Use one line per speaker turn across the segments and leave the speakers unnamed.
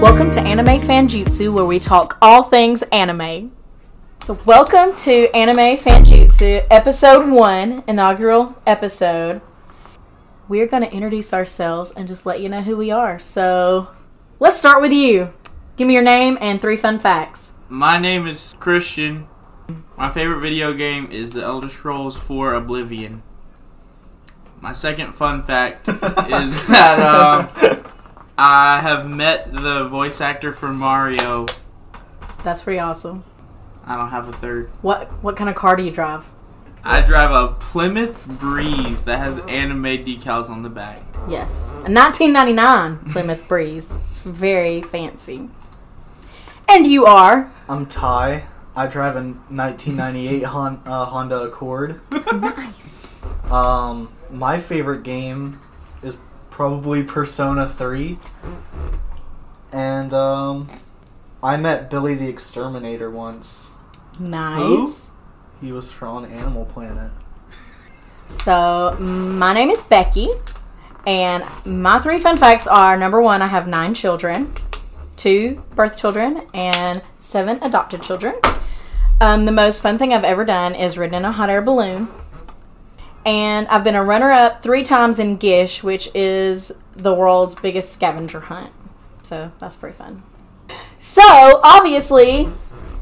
welcome to Anime Fanjutsu, where we talk all things anime. So, welcome to Anime Fanjutsu, episode one, inaugural episode. We're going to introduce ourselves and just let you know who we are. So, let's start with you. Give me your name and three fun facts.
My name is Christian. My favorite video game is The Elder Scrolls 4 Oblivion. My second fun fact is that um, I have met the voice actor for Mario.
That's pretty awesome.
I don't have a third.
What what kind of car do you drive?
I drive a Plymouth Breeze that has anime decals on the back.
Yes, a 1999 Plymouth Breeze. It's very fancy. And you are
I'm Ty. I drive a 1998 Hon- uh, Honda Accord.
nice.
Um, my favorite game is probably Persona 3. And um, I met Billy the Exterminator once.
Nice.
He was from Animal Planet.
So, my name is Becky, and my three fun facts are number one, I have nine children, two birth children, and seven adopted children. Um, the most fun thing I've ever done is ridden in a hot air balloon. And I've been a runner up three times in Gish, which is the world's biggest scavenger hunt. So, that's pretty fun. So, obviously,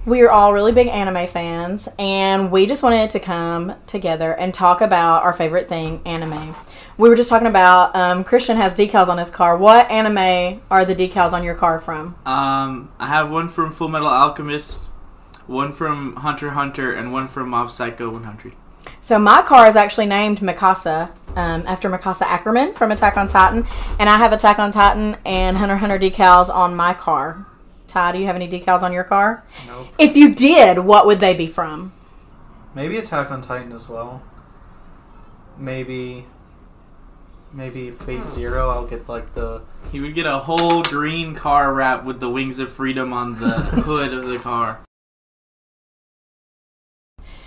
we are all really big anime fans, and we just wanted to come together and talk about our favorite thing, anime. We were just talking about um, Christian has decals on his car. What anime are the decals on your car from?
Um, I have one from Full Metal Alchemist, one from Hunter x Hunter, and one from Mob Psycho 100.
So my car is actually named Mikasa um, after Mikasa Ackerman from Attack on Titan, and I have Attack on Titan and Hunter x Hunter decals on my car. Ty, do you have any decals on your car?
Nope.
If you did, what would they be from?
Maybe Attack on Titan as well. Maybe. Maybe Fate Zero. I'll get like the.
He would get a whole green car wrap with the wings of freedom on the hood of the car.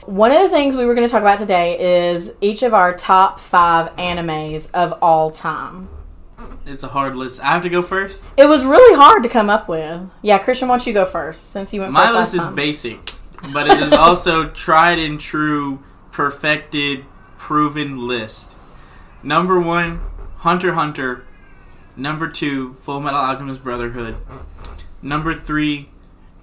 One of the things we were going to talk about today is each of our top five animes of all time.
It's a hard list. I have to go first.
It was really hard to come up with. Yeah, Christian, why don't you go first since you went
My
first last
list is
time.
basic, but it is also tried and true, perfected, proven list. Number one, Hunter x Hunter. Number two, Full Metal Alchemist Brotherhood. Number three,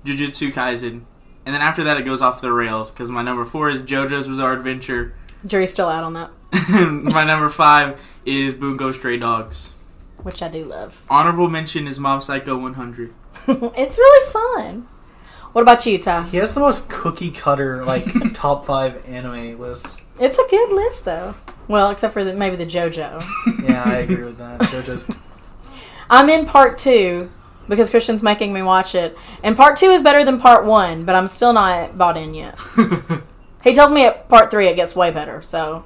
Jujutsu Kaisen. And then after that, it goes off the rails because my number four is JoJo's Bizarre Adventure.
Jury's still out on that,
my number five is Bungo Stray Dogs.
which I do love.
Honorable mention is Mob Psycho 100.
it's really fun. What about you, Ty?
He has the most cookie cutter like top five anime list.
It's a good list, though. Well, except for the, maybe the JoJo.
Yeah, I agree with that. JoJo's
I'm in part two because Christian's making me watch it, and part two is better than part one, but I'm still not bought in yet. He tells me at part three it gets way better, so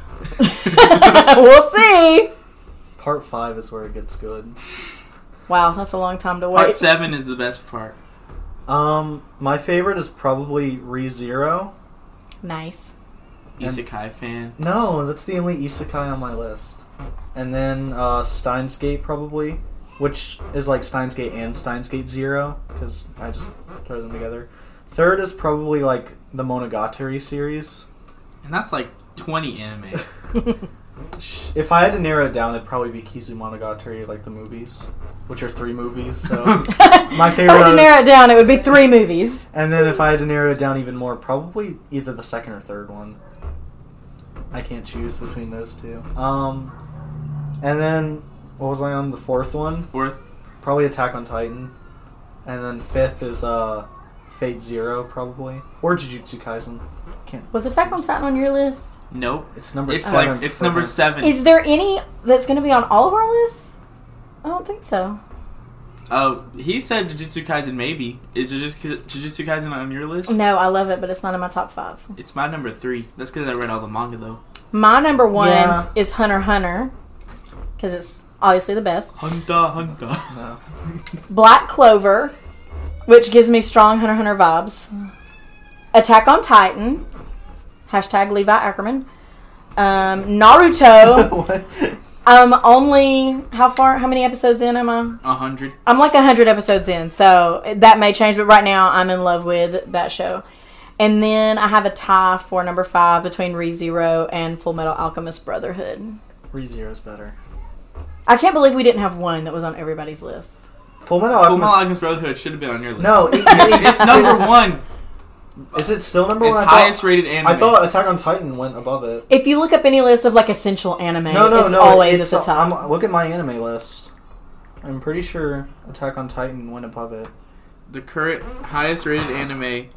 we'll see.
part five is where it gets good.
Wow, that's a long time to wait.
Part seven is the best part.
Um, my favorite is probably ReZero.
Nice.
Isekai fan.
No, that's the only isekai on my list. And then uh, Steins Gate probably, which is like Steins Gate and Steins Gate Zero because I just throw them together. Third is probably like the Monogatari series.
And that's like 20 anime.
Sh- If I had to narrow it down, it'd probably be Kizumonogatari, like the movies, which are three movies. So, My
If I were to
favorite-
narrow it down, it would be three movies.
and then
Hmm.
if I had to narrow it down even more, probably either the second or third one. I can't choose between those two. Um, and then what was I on the fourth one?
Fourth,
Probably Attack on Titan. And then fifth is uh Fate Zero probably. Or Jujutsu Kaisen. Can't
Was Attack on Titan on your list?
nope.
it's number
It's
seven.
like it's number seven.
Is there any that's going to be on all of our lists? I don't think so.
Oh, he said Jujutsu Kaisen maybe. Is Jujutsu, Jujutsu Kaisen on your list?
No, I love it, but it's not in my top five.
It's my number three. That's because I read all the manga though.
My number one
Yeah.
is Hunter x Hunter because it's obviously the best.
Hunter, Hunter.
No.
Black Clover, which gives me strong Hunter x Hunter vibes. Attack on Titan, hashtag Levi Ackerman. Um, Naruto.
What?
Um, only how far? How many episodes in am I?
A hundred.
I'm like 100 episodes in, so that may change, but right now I'm in love with that show. And then I have a tie for number five between ReZero and Full Metal Alchemist Brotherhood.
ReZero's better.
I can't believe we didn't have one that was on everybody's list.
Full
Full Metal
Metal
Alchemist.
Alchemist Brotherhood should have been on your list.
Oh, No, it-
it's number one.
is it still number
It's
one? I thought-
highest rated anime.
I thought Attack on Titan went above it.
If you look up any list of like essential anime,
No, no,
it's
no.
always
it's,
at the top.
I'm, look at my anime list. I'm pretty sure Attack on Titan went above it.
the current highest rated anime.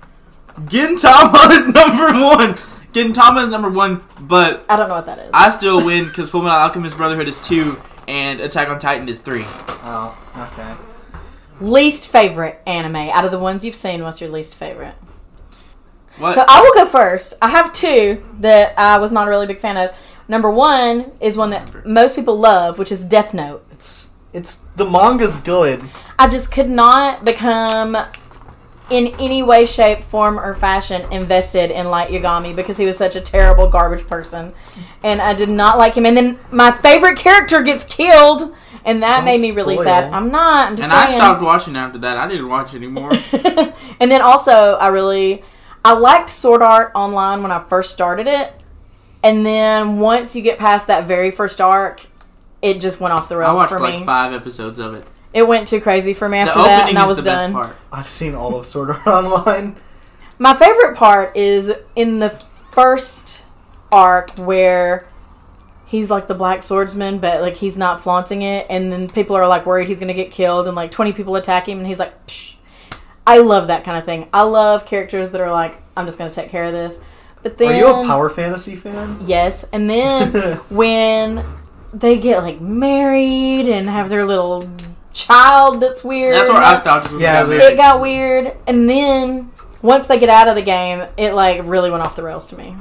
Gintama is number one. Gintama is number one, but
I don't know what that is.
I still win because Fullmetal Alchemist Brotherhood is two and Attack on Titan is three.
Oh, okay.
least favorite anime out of the ones you've seen. What's your least favorite?
Uh,
What?
So I will go first. I have two that I was not a really big fan of. Number one is one that
Remember.
most people love, which is Death Note.
It's it's the manga's good.
I just could not become in any way, shape, form, or fashion invested in Light Yagami because he was such a terrible garbage person. And I did not like him. And then my favorite character gets killed, and that
Don't
made me really
spoil.
sad. I'm not. I'm just
and I
saying.
stopped watching after that. I didn't watch anymore.
and then also, I really I liked Sword Art Online when I first started it, and then once you get past that very first arc, it just went off the
I
rails
watched
for
like
me.
five episodes of it.
It went too crazy for me after
the
that,
opening
and I
is
was
the
done.
best part.
I've seen all of Sword Art Online.
My favorite part is in the first arc where he's like the black swordsman, but like he's not flaunting it, and then people are like worried he's gonna get killed, and like twenty people attack him, and he's like, Psh. I love that kind of thing. I love characters that are like, I'm just gonna take care of this. But then
Are you a power fantasy fan?
Yes, and then when they get like married and have their little child that's weird.
That's where I stopped. when we
Yeah,
got
they-
married.
It got weird, and then once they get out of the game, it like really went off the rails to me.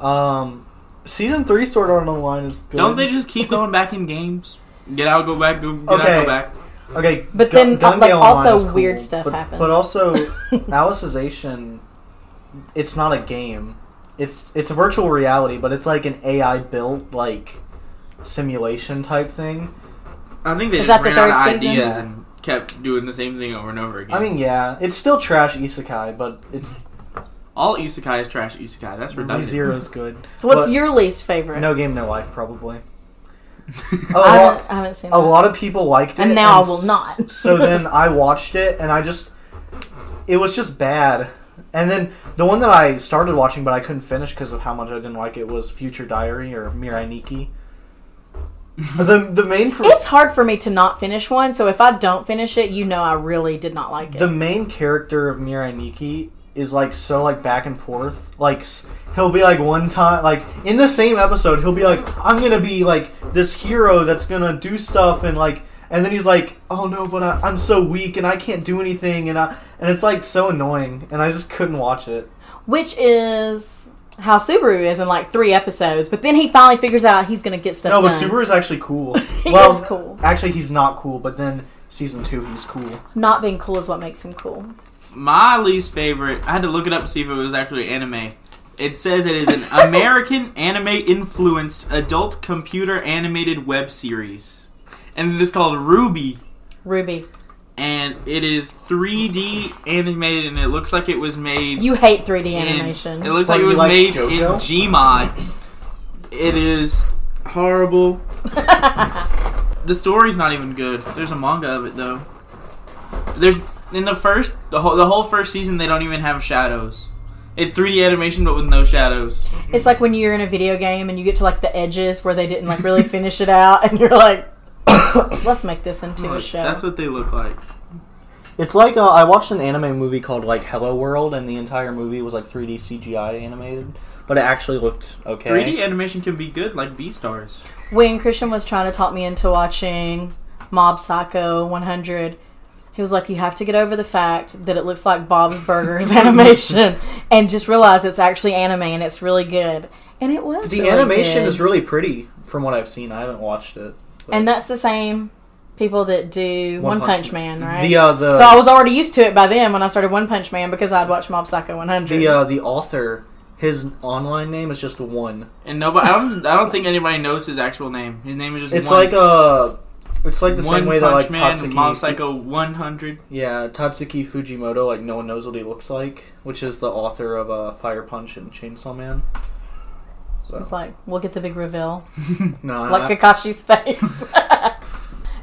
Um, season three Sword Art Online is good.
Don't they just keep going back in games? Get out, go back, go, get out,
Okay.
go back.
Okay,
But
Gu-
then,
Gun
like,
Gale
also
Online is
weird stuff
but,
happens.
But also, Alicization, it's not a game. It's it's a virtual reality, but it's like an AI built like simulation type thing.
I think they
Is
just
that the
ran out of
third season?
ideas
Yeah.
and kept doing the same thing over and over again.
I mean, yeah, it's still trash isekai, but it's
all isekai is trash isekai. That's redundant.
Zero is good.
So, what's
But-
your least favorite?
No game, no life, probably.
I
A lot,
haven't, I haven't seen
a
that.
lot of people liked it,
And now I will
s-
not.
so then I watched it, and I just, it was just bad. And then the one that I started watching, but I couldn't finish because of how much I didn't like it, was Future Diary or Mirai Nikki. the the main pr-
It's hard for me to not finish one, so if I don't finish it, you know I really did not like it.
the main character of Mirai Nikki is like so like back and forth. Like s- he'll be like one time like in the same episode he'll be like I'm going to be like this hero that's going to do stuff and like and then he's like oh no but I, I'm so weak and I can't do anything and I and it's like so annoying and I just couldn't watch it.
Which is how Subaru is in like three episodes, but then he finally figures out he's gonna get stuff
no, but
done.
Subaru's actually cool.
He
well,
is cool.
Actually he's not cool, but then season 2 he's cool.
Not being cool is what makes him cool.
My least favorite. I had to look it up to see if it was actually anime. It says it is an American anime influenced adult computer animated web series, and it is called Ruby.
Ruby,
And it is 3D animated, and it looks like it was made.
you hate 3D
in-
animation.
It looks
Like
like it
Oh, you
was
like
made
JoJo?
in Gmod. It is horrible. The story's not even good. There's a manga of it though. There's in the first the whole the whole first season they don't even have shadows. It's 3D animation but with no shadows.
it's like when you're in a video game and you get to like the edges where they didn't like really finish it out, and you're like, let's make this into a
Like,
show.
that's what they look like.
It's like uh, I watched an anime movie called like Hello World, and the entire movie was like 3D CGI animated, but it actually looked okay.
3D animation can be good like Beastars.
when Christian was trying to talk me into watching Mob Psycho 100, he was like, "You have to get over the fact that it looks like Bob's Burgers animation, and just realize it's actually anime and it's really good." And it was.
The
really
animation
good.
is really pretty from what I've seen. I haven't watched it. but-
and that's the same people that do One, Punch, Man, right?
The uh, the
so I was already used to it by then when I started One Punch Man because I'd watched Mob Psycho 100.
uh, the uh, the author His online name is just one.
And nobody, I don't, I don't think anybody knows his actual name. His name is just
It's
one,
like a. It's like the
one
same way that
Punch
like
Man,
Tatsuki.
Mob Psycho 100.
Yeah, Tatsuki Fujimoto, like no one knows what he looks like, which is the author of uh, Fire Punch and Chainsaw Man.
It's
So,
like we'll get the big reveal,
no, I-
like Kakashi's face.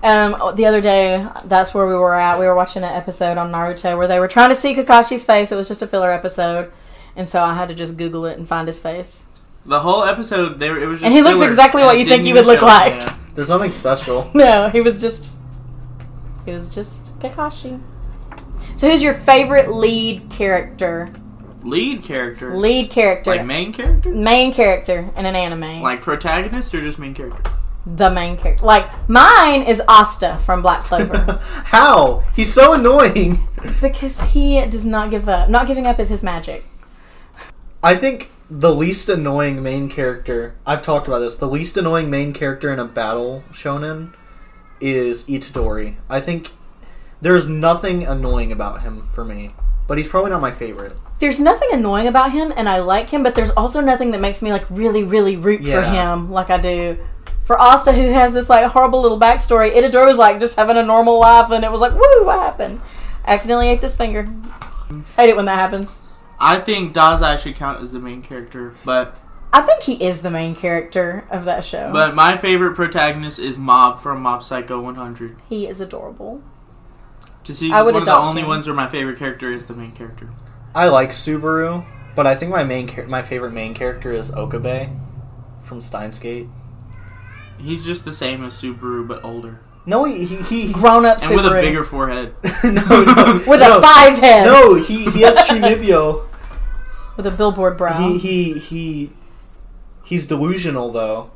um, the other day, that's where we were at. We were watching an episode on Naruto where they were trying to see Kakashi's face. It was just a filler episode, and so I had to just Google it and find his face.
The whole episode, they were, it was just
And he looks
filler,
exactly
and
what
it
you think
didn't
he
even
would look
show.
like.
yeah. There's nothing special.
No, he was just, he was just Kakashi. So, who's your favorite lead character?
Lead character,
Lead character,
like main character,
main character in an anime.
like protagonist or just main character.
the main character. Like mine is Asta from Black Clover
How? He's so annoying.
because he does not give up. Not giving up is his magic.
I think the least annoying main character. I've talked about this. The least annoying main character in a battle shonen is Itadori. I think there's nothing annoying about him for me, but he's probably not my favorite.
There's nothing annoying about him, and I like him, but there's also nothing that makes me like really, really root for
Yeah.
him like I do. For Asta, who has this like horrible little backstory, Itadori was like just having a normal life, and it was like, woo, what happened? Accidentally ate this finger. Hate it when that happens.
I think Dazai should count as the main character, but
I think he is the main character of that show.
but my favorite protagonist is Mob from Mob Psycho 100
he is adorable.
because he's
I would
one of the
adopt
only
him.
ones where my favorite character is the main character.
I like Subaru, but I think my main char- my favorite main character is Okabe from Steins Gate.
He's just the same as Subaru but older
No, he he, he
Grown up
and with a
Subaru.
bigger forehead.
no, no,
with
no,
a five head.
No, he he has Trinivio.
With a billboard brow.
He he he he's delusional though.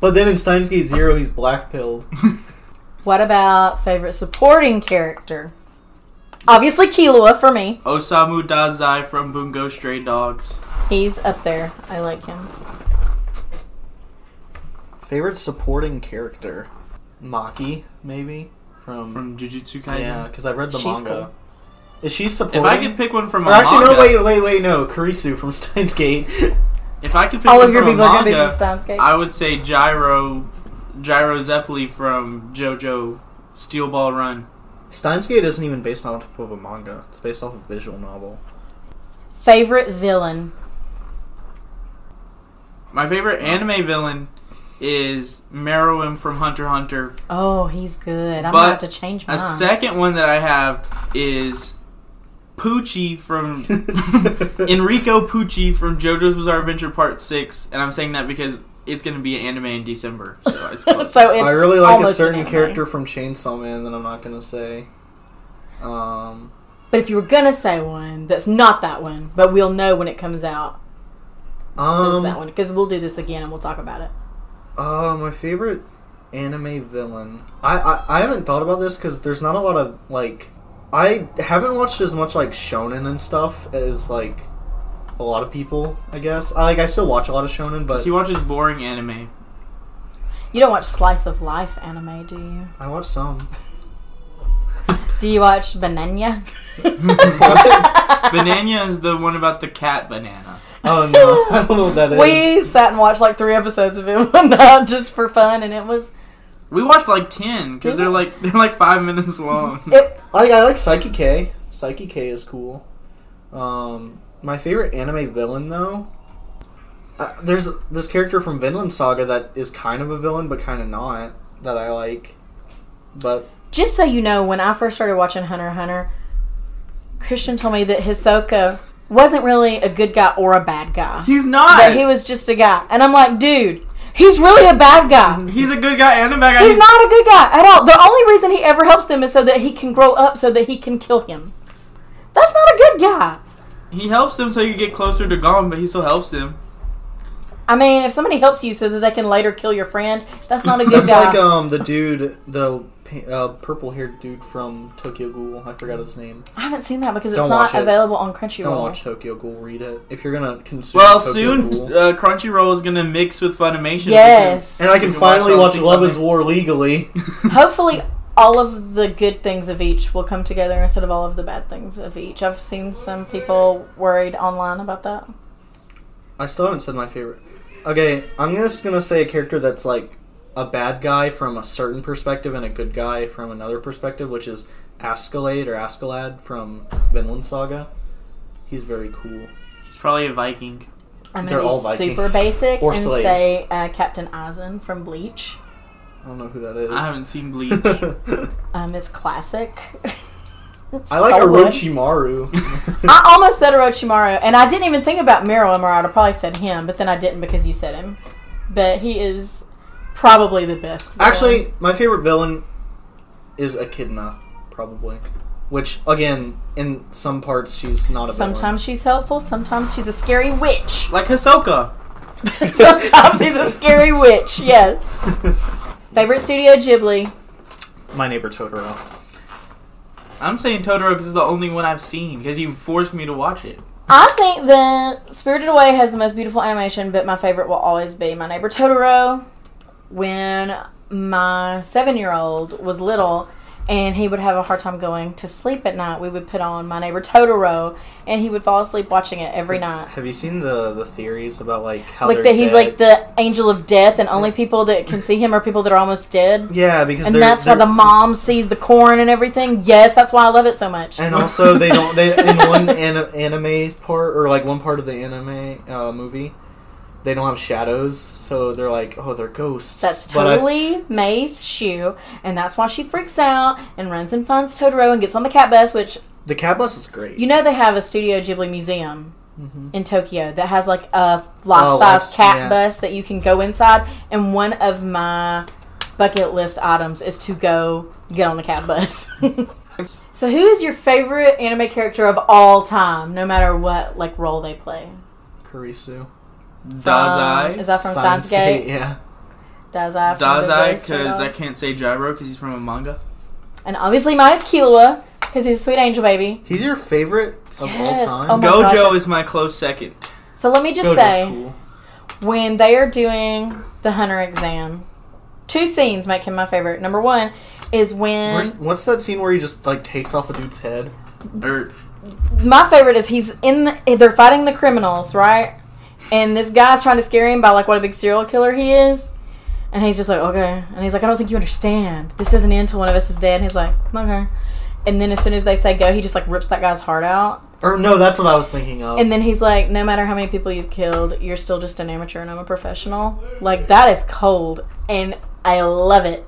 But then in Steins Gate Zero, he's black pilled.
What about favorite supporting character? Obviously, Killua for me.
Osamu Dazai from Bungo Stray Dogs.
He's up there. I like him.
Favorite supporting character, Maki maybe from,
from Jujutsu Kaisen.
yeah, because I read the
She's
manga.
cool.
Is she
If
supporting?
I could pick one from a
or actually,
manga,
no, wait, wait, wait, no, Karisu from Steins Gate.
if I could pick
All
one
of your
from
people
a
are going to be from
manga,
Steins Gate.
I would say Gyro, Gyro Zeppeli from JoJo Steel Ball Run.
Steins Gate isn't even based off of a manga; it's based off of a visual novel.
Favorite villain?
My favorite anime villain is Meruem from Hunter x Hunter.
Oh, he's good. I'm
But
going to have to change
A
mine.
second one that I have is Poochie from Enrico Pucci from JoJo's Bizarre Adventure Part Six, and I'm saying that because it's going to be an anime in December, so Oh, it's close.
so it's
I really like a
almost an
certain
anime.
character from Chainsaw Man that I'm not gonna say. Um,
But if you were going to say one, that's not that one. But we'll know when it comes out. It's
um,
that one because we'll do this again and we'll talk about it.
Uh, my favorite anime villain. I I, I haven't thought about this because there's not a lot of like. I haven't watched as much like shonen and stuff as like a lot of people. I guess I, like I still watch a lot of shonen, but
He watches boring anime.
You don't watch slice of life anime, do you?
I watch some.
Do you watch Bananya?
Banana is the one about the cat banana.
Oh no, I don't know what that is.
We sat and watched like three episodes of it one night just for fun, and it was
We watched like ten because
Did
they're
we?
like they're like five minutes long.
it.
Like I like Psyche K. Psyche K is cool. Um, my favorite anime villain though. Uh, there's this character from Vinland Saga that is kind of a villain but kind of not that I like, but
Just so you know, when I first started watching Hunter x Hunter, Christian told me that Hisoka wasn't really a good guy or a bad guy.
He's not.
That he was just a guy, and I'm like, dude, he's really a bad
Mm-hmm.
guy.
He's a good guy and a bad guy.
He's not a good guy at all. The only reason he ever helps them is so that he can grow up, so that he can kill him. That's not a good guy.
He helps them so you get closer to Gon, but he still helps them.
I mean, if somebody helps you so that they can later kill your friend, that's not a good
It's
guy.
like um the dude, the pa- uh, purple-haired dude from Tokyo Ghoul. I forgot his name.
I haven't seen that because it's
Don't
not
watch it.
available on
Don't
Crunchyroll.
watch Tokyo Ghoul. Read it if you're gonna consume.
Well,
Tokyo
soon
Ghoul.
uh, Crunchyroll is gonna mix with Funimation.
Yes.
and I can,
You can watch
finally
all the
watch,
things
Love
on
Is
there.
War legally.
Hopefully, all of the good things of each will come together instead of all of the bad things of each. I've seen some people worried online about that.
I still haven't said my favorite. Okay, I'm just gonna say a character that's like a bad guy from a certain perspective and a good guy from another perspective, which is Ascalade or Ascalad from Vinland Saga. He's very cool.
He's probably a Viking.
I'm
They're
gonna
all
be
Vikings.
super basic
Or
and
slaves.
say uh, Captain Eisen from Bleach.
I don't know who that is.
I haven't seen Bleach.
Um, it's classic. It's
I like
so good.
Orochimaru.
I almost said Orochimaru, and I didn't even think about Miroimer. I'd have probably said him, but then I didn't because you said him. But he is probably the best. villain.
Actually, my favorite villain is Echidna, probably. Which, again, in some parts, she's not a
sometimes she's helpful. Sometimes she's a scary witch.
like Hisoka.
sometimes she's a scary witch. Yes.
villain.
Favorite Studio Ghibli.
my neighbor Totoro.
I'm saying Totoro because it's the only one I've seen because you forced me to watch it.
I think that Spirited Away has the most beautiful animation, but my favorite will always be My Neighbor Totoro. When my seven year old was little and he would have a hard time going to sleep at night, we would put on My Neighbor Totoro and he would fall asleep watching it every night.
Have you seen the the theories about like how
Like
they're
that, he's
dead?
like the angel of death, and only people that can see him are people that are almost dead.
yeah because
And
they're-
that's why
they're-
the mom sees the corn and everything. Yes, that's why I love it so much.
And also, they don't. They in one an, anime part or like one part of the anime uh, movie, they don't have shadows, so they're like, oh, they're ghosts.
That's
But I-
totally May's shoe, and that's why she freaks out and runs and finds Totoro and gets on the cat bus. Which
the cat bus is great.
you know they have a Studio Ghibli museum
Mhm.
in Tokyo that has like a life-size
life-
cat
Oh, yeah.
bus that you can go inside. And one of my bucket list items is to go get on the cat bus. so, who is your favorite anime character of all time, no matter what like role they play?
Karisu.
Um,
Dazai.
is that from
Steins
Steins Gate?
Yeah.
Dazai. from the
Dazai
Ghost
because I
Dogs?
can't say Gyro because he's from a manga.
And obviously mine's Killua because he's a sweet angel baby.
He's your favorite of all
Yes.
time.
Oh my
Gojo
gosh.
is my close second.
So let me just
Gojo's
say,
cool.
when they are doing the hunter exam, two scenes make him my favorite. Number one is when
Where's- what's that scene where he just like takes off a dude's head?
Or
my favorite is he's in. The, they're fighting the criminals, right? And this guy's trying to scare him by like what a big serial killer he is. And he's just like, okay. And he's like, I don't think you understand. This doesn't end till one of us is dead. And he's like, okay. And then as soon as they say go, he just like rips that guy's heart out.
Or no, that's what I was thinking of.
And then he's like, no matter how many people you've killed, you're still just an amateur and I'm a professional. Like, that is cold. And I love it.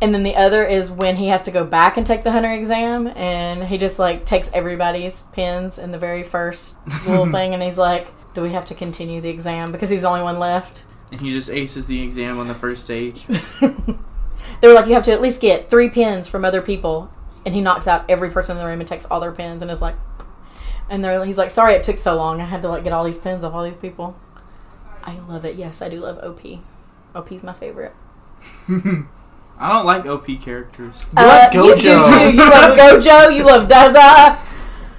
And then the other is when he has to go back and take the hunter exam and he just like takes everybody's pins in the very first little thing and he's like, do we have to continue the exam? Because he's the only one left.
and he just aces the exam on the first stage.
They were like, you have to at least get three pins from other people. And he knocks out every person in the room and takes all their pins and is like, and they're, he's like, sorry it took so long. I had to like get all these pins off all these people. I love it. Yes, I do love OP. OP's my favorite.
I don't like OP characters.
Uh,
You like
You do
Gojo.
too. You love Gojo. You love Daza.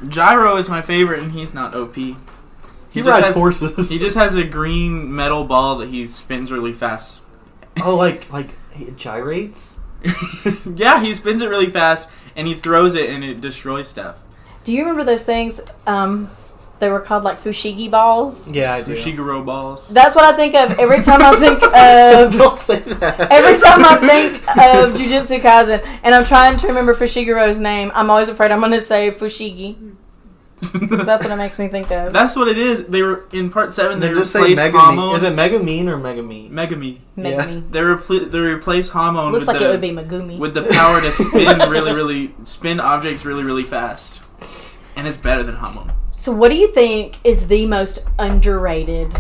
Gyro is my favorite, and he's not OP. He,
he
just
rides
has,
horses.
He just has a green metal ball that he spins really fast.
oh, like like he gyrates.
yeah, he spins it really fast, and he throws it, and it destroys stuff.
Do you remember those things? Um, they were called like Fushigi balls.
Yeah, I do.
Fushiguro balls.
That's what I think of every time I think of
Don't say that.
Every time I think of Jujutsu Kaisen and I'm trying to remember Fushiguro's name, I'm always afraid I'm going to say Fushigi. That's what it makes me think of.
That's what it is. They were in part seven. They,
They just say
replaced
Megami.
Hamon.
Is it Megamine or Megami?
Megami?
Megumi.
They repl- they replace Hamon
Looks
with
like
the
it would be Megumi.
with the power to spin really, really spin objects really, really fast, and it's better than Hamon.
so, what do you think is the most underrated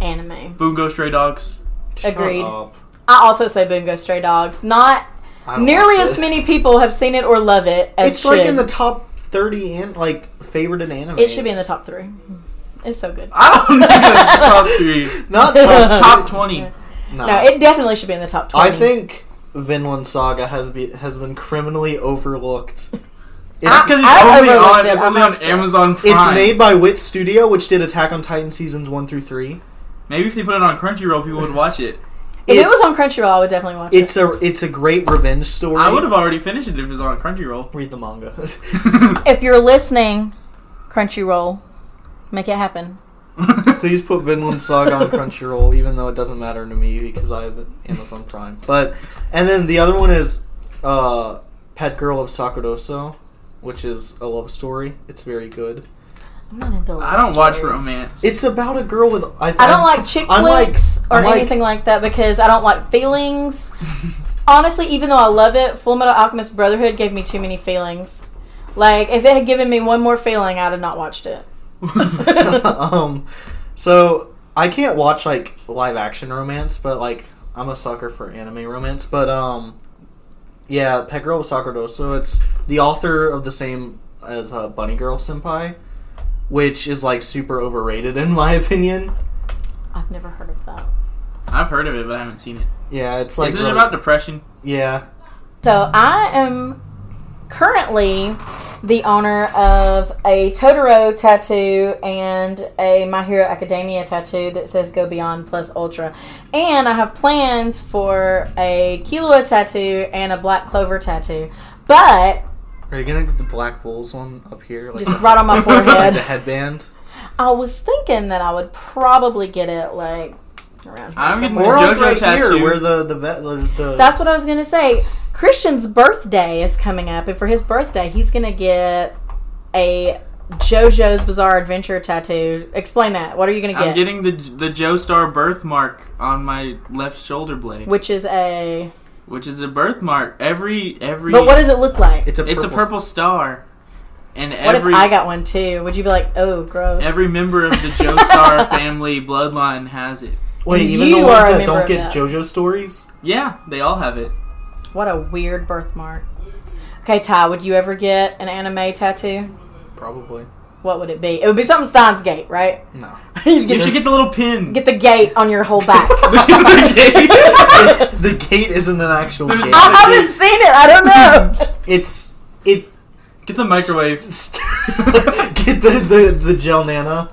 anime?
Bungo Stray Dogs.
Agreed.
Shut up.
I also say Bungo Stray Dogs. Not
I don't
nearly as
watch it.
many people have seen it or love it as
It's like
should.
in the top thirty and like favorite anime.
it should be in the top three. It's so good.
I don't know top three,
Not top.
top twenty.
no,
No, it definitely should be in the top twenty.
I think Vinland Saga has be has been criminally overlooked.
That's
It's,
because it's
I
only
overlooked
on
it.
it's
I
only on
messed up.
Amazon
it's
Prime.
made by Wit Studio, which did Attack on Titan seasons one through three.
Maybe if they put it on Crunchyroll, people would watch it.
if it
it's-
was on Crunchyroll, I would definitely watch it.
It's a it's a great revenge story.
I would have already finished it if it was on Crunchyroll.
read the manga.
If you're listening, Crunchyroll, make it happen.
Please put Vinland Saga on Crunchyroll, even though it doesn't matter to me because I have Amazon Prime. But and then the other one is uh, Pet Girl of Sakuroso, which is a love story. It's very good.
I'm not into.
I don't watch
stories.
romance.
It's about a girl with I,
I don't like chick
unlike-
flicks or
unlike-
anything like that because I don't like feelings. Honestly, even though I love it, Full Metal Alchemist Brotherhood gave me too many feelings. Like if it had given me one more feeling, I'd have not watched it.
um, so I can't watch like live action romance, but like I'm a sucker for anime romance. But um, yeah, Pet Girl with Sakurdoso. It's the author of the same as uh, Bunny Girl Senpai, which is like super overrated in my opinion.
I've never heard of that.
I've heard of it, but I haven't seen it.
Yeah, it's like
Isn't it
really-
about depression?
yeah.
So I am currently the owner of a Totoro tattoo and a My Hero Academia tattoo that says Go Beyond plus Ultra. And I have plans for a Kilua tattoo and a Black Clover tattoo. But
Are you gonna get the Black Bulls one up here? Like,
just right on my
like the
forehead.
headband.
I was thinking that I would probably get it like around here.
I'm getting the
somewhere.
Or like
JoJo
right
tattoo.
here, where the the, vet, the, the
That's what I was gonna say. Christian's birthday is coming up, and for his birthday, he's gonna get a JoJo's Bizarre Adventure tattoo. Explain that. What are you gonna
I'm
get?
getting the the Joestar birthmark on my left shoulder blade,
Which is a.
which is a birthmark. Every every
But what does it look like?
it's a
it's a purple star, and
what
every
if I got one too? Would you be like, oh, gross?
every member of the Joestar family bloodline has it.
Wait, even
You
the
are
ones
a
that
member
don't
of
get
that.
JoJo stories.
Yeah, they all have it.
what a weird birthmark. Okay, Ty, would you ever get an anime tattoo?
Probably
What would it be? It would be something Steins Gate, right?
no.
You'd
You
get,
should get the little pin.
get the gate on your whole back.
the gate.
the gate isn't an actual
There's-
gate.
I haven't seen it. I don't know.
It's it.
Get the microwave.
Get the, the the gel nana.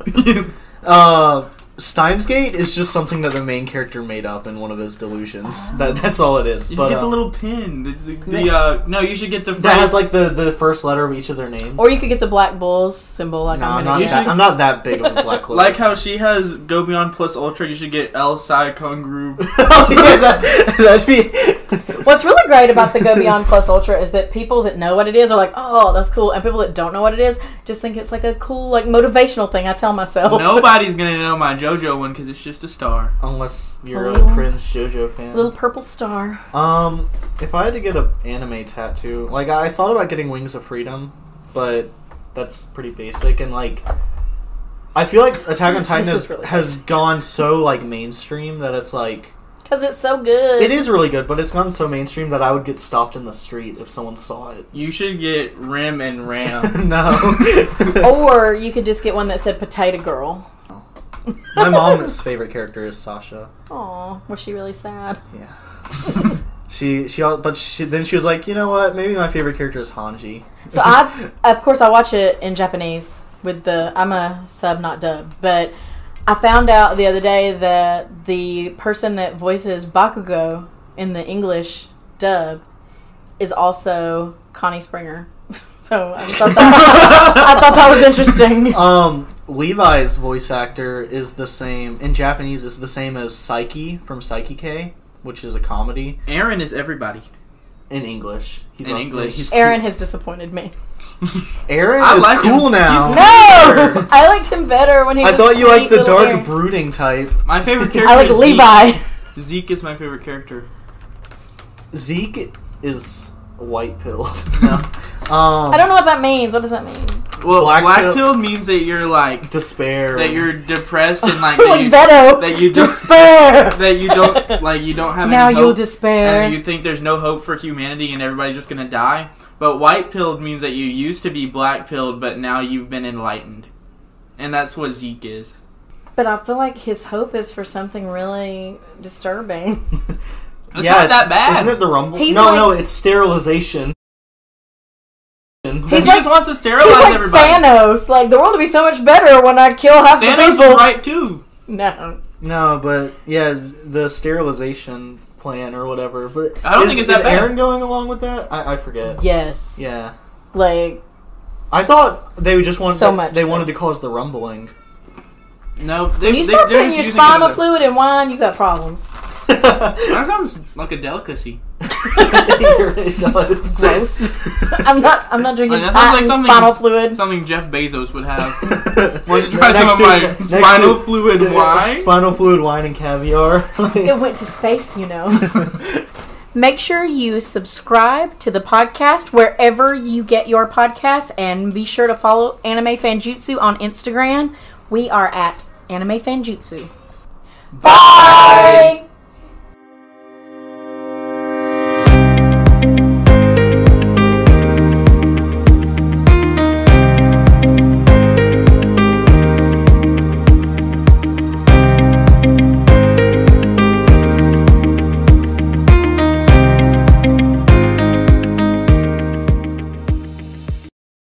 Uh, Steins Gate is just something that the main character made up in one of his delusions. That that's all it is.
You
but
should get
uh,
the little pin. The, the, the, uh, no, you should get the.
that
phrase-
has like the the first letter of each of their names.
Or you could get the black bulls symbol, like
Nah,
I'm
I'm
gonna
not
get.
that, I'm not that big of a black clover.
like how she has Go Beyond Plus Ultra. You should get El Sai Kongru.
oh, yeah, that, that'd be.
What's really great about the Go Beyond Plus Ultra is that people that know what it is are like, oh, that's cool. And people that don't know what it is just think it's like a cool, like motivational thing. I tell myself.
Nobody's gonna know my JoJo one because it's just a star.
Unless you're
Little-
a cringe JoJo fan.
Little purple star.
Um, if I had to get an anime tattoo, like I thought about getting Wings of Freedom, but that's pretty basic and like I feel like Attack on Titan
This is
has,
really
has gone so like mainstream that it's like
Because it's so good.
it is really good, but it's gone so mainstream that I would get stopped in the street if someone saw it.
You should get Rim and Ram.
no.
Or you could just get one that said Potato Girl.
My mom's favorite character is Sasha.
Aw, was she really sad?
Yeah. She she al- but she then she was like, "You know what? Maybe my favorite character is Hanji."
So I, of course, I watch it in Japanese with the I'm a sub, not dub. But I found out the other day that the person that voices Bakugo in the English dub is also Connie Springer. So I thought that, I thought that was interesting.
Um, Levi's voice actor is the same in Japanese is the same as Psyche from Psyche K, which is a comedy
Aaron is everybody.
in English. He's
In
also-
English.
he's
Aaron has disappointed me.
Aaron
I
is
like him.
cool now.
He's
No, I liked him better when he.
um, I
was
thought you liked
sweet
the
little
dark, Um,
Aaron.
brooding type.
My favorite character.
I like
is
Levi.
Zeke. Zeke is my favorite character.
Zeke is white pill.
No.
Um,
I don't know what that means. What does that mean?
Well,
Black
black,
pill-
pill means that you're like
despair.
that you're depressed and like that
like
you,
Veto.
that you don't-
despair.
that you don't like you don't have
now
any
you'll
hope
despair.
and you think there's no hope for humanity and everybody's just gonna die. But white pilled means that you used to be black pilled, but now you've been enlightened, and that's what Zeke is.
But I feel like his hope is for something really disturbing.
It's not that bad.
Isn't it the rumble?
He's
no,
like-
no, it's sterilization.
he
He's
just
like-
wants to sterilize
He's like
everybody.
Thanos. Like the world would be so much better when I kill half
Thanos
the
was
people.
right too.
No,
No, but yeah, z- the sterilization plan or whatever. But
I don't
is,
think it's
is
that bad.
Aaron going along with that? I, I forget.
yes,
Yeah,
like
I thought they just wanted
So much
They
so.
wanted to cause the rumbling.
No, they,
When you
they,
start
they're
putting your
just using it as
spinal
a-
fluid in wine, you got problems.
That sounds like a delicacy.
it really does.
Gross. I'm not. I'm not drinking
Like, that sounds
Titan
like something-
spinal fluid.
Something Jeff Bezos would have. Want
Want
to try some of my spinal fluid wine?
Spinal fluid wine and caviar.
It went to space, you know. Make sure you subscribe to the podcast wherever you get your podcasts, and be sure to follow Anime Fanjutsu on Instagram. We are at Anime Fanjutsu. Bye.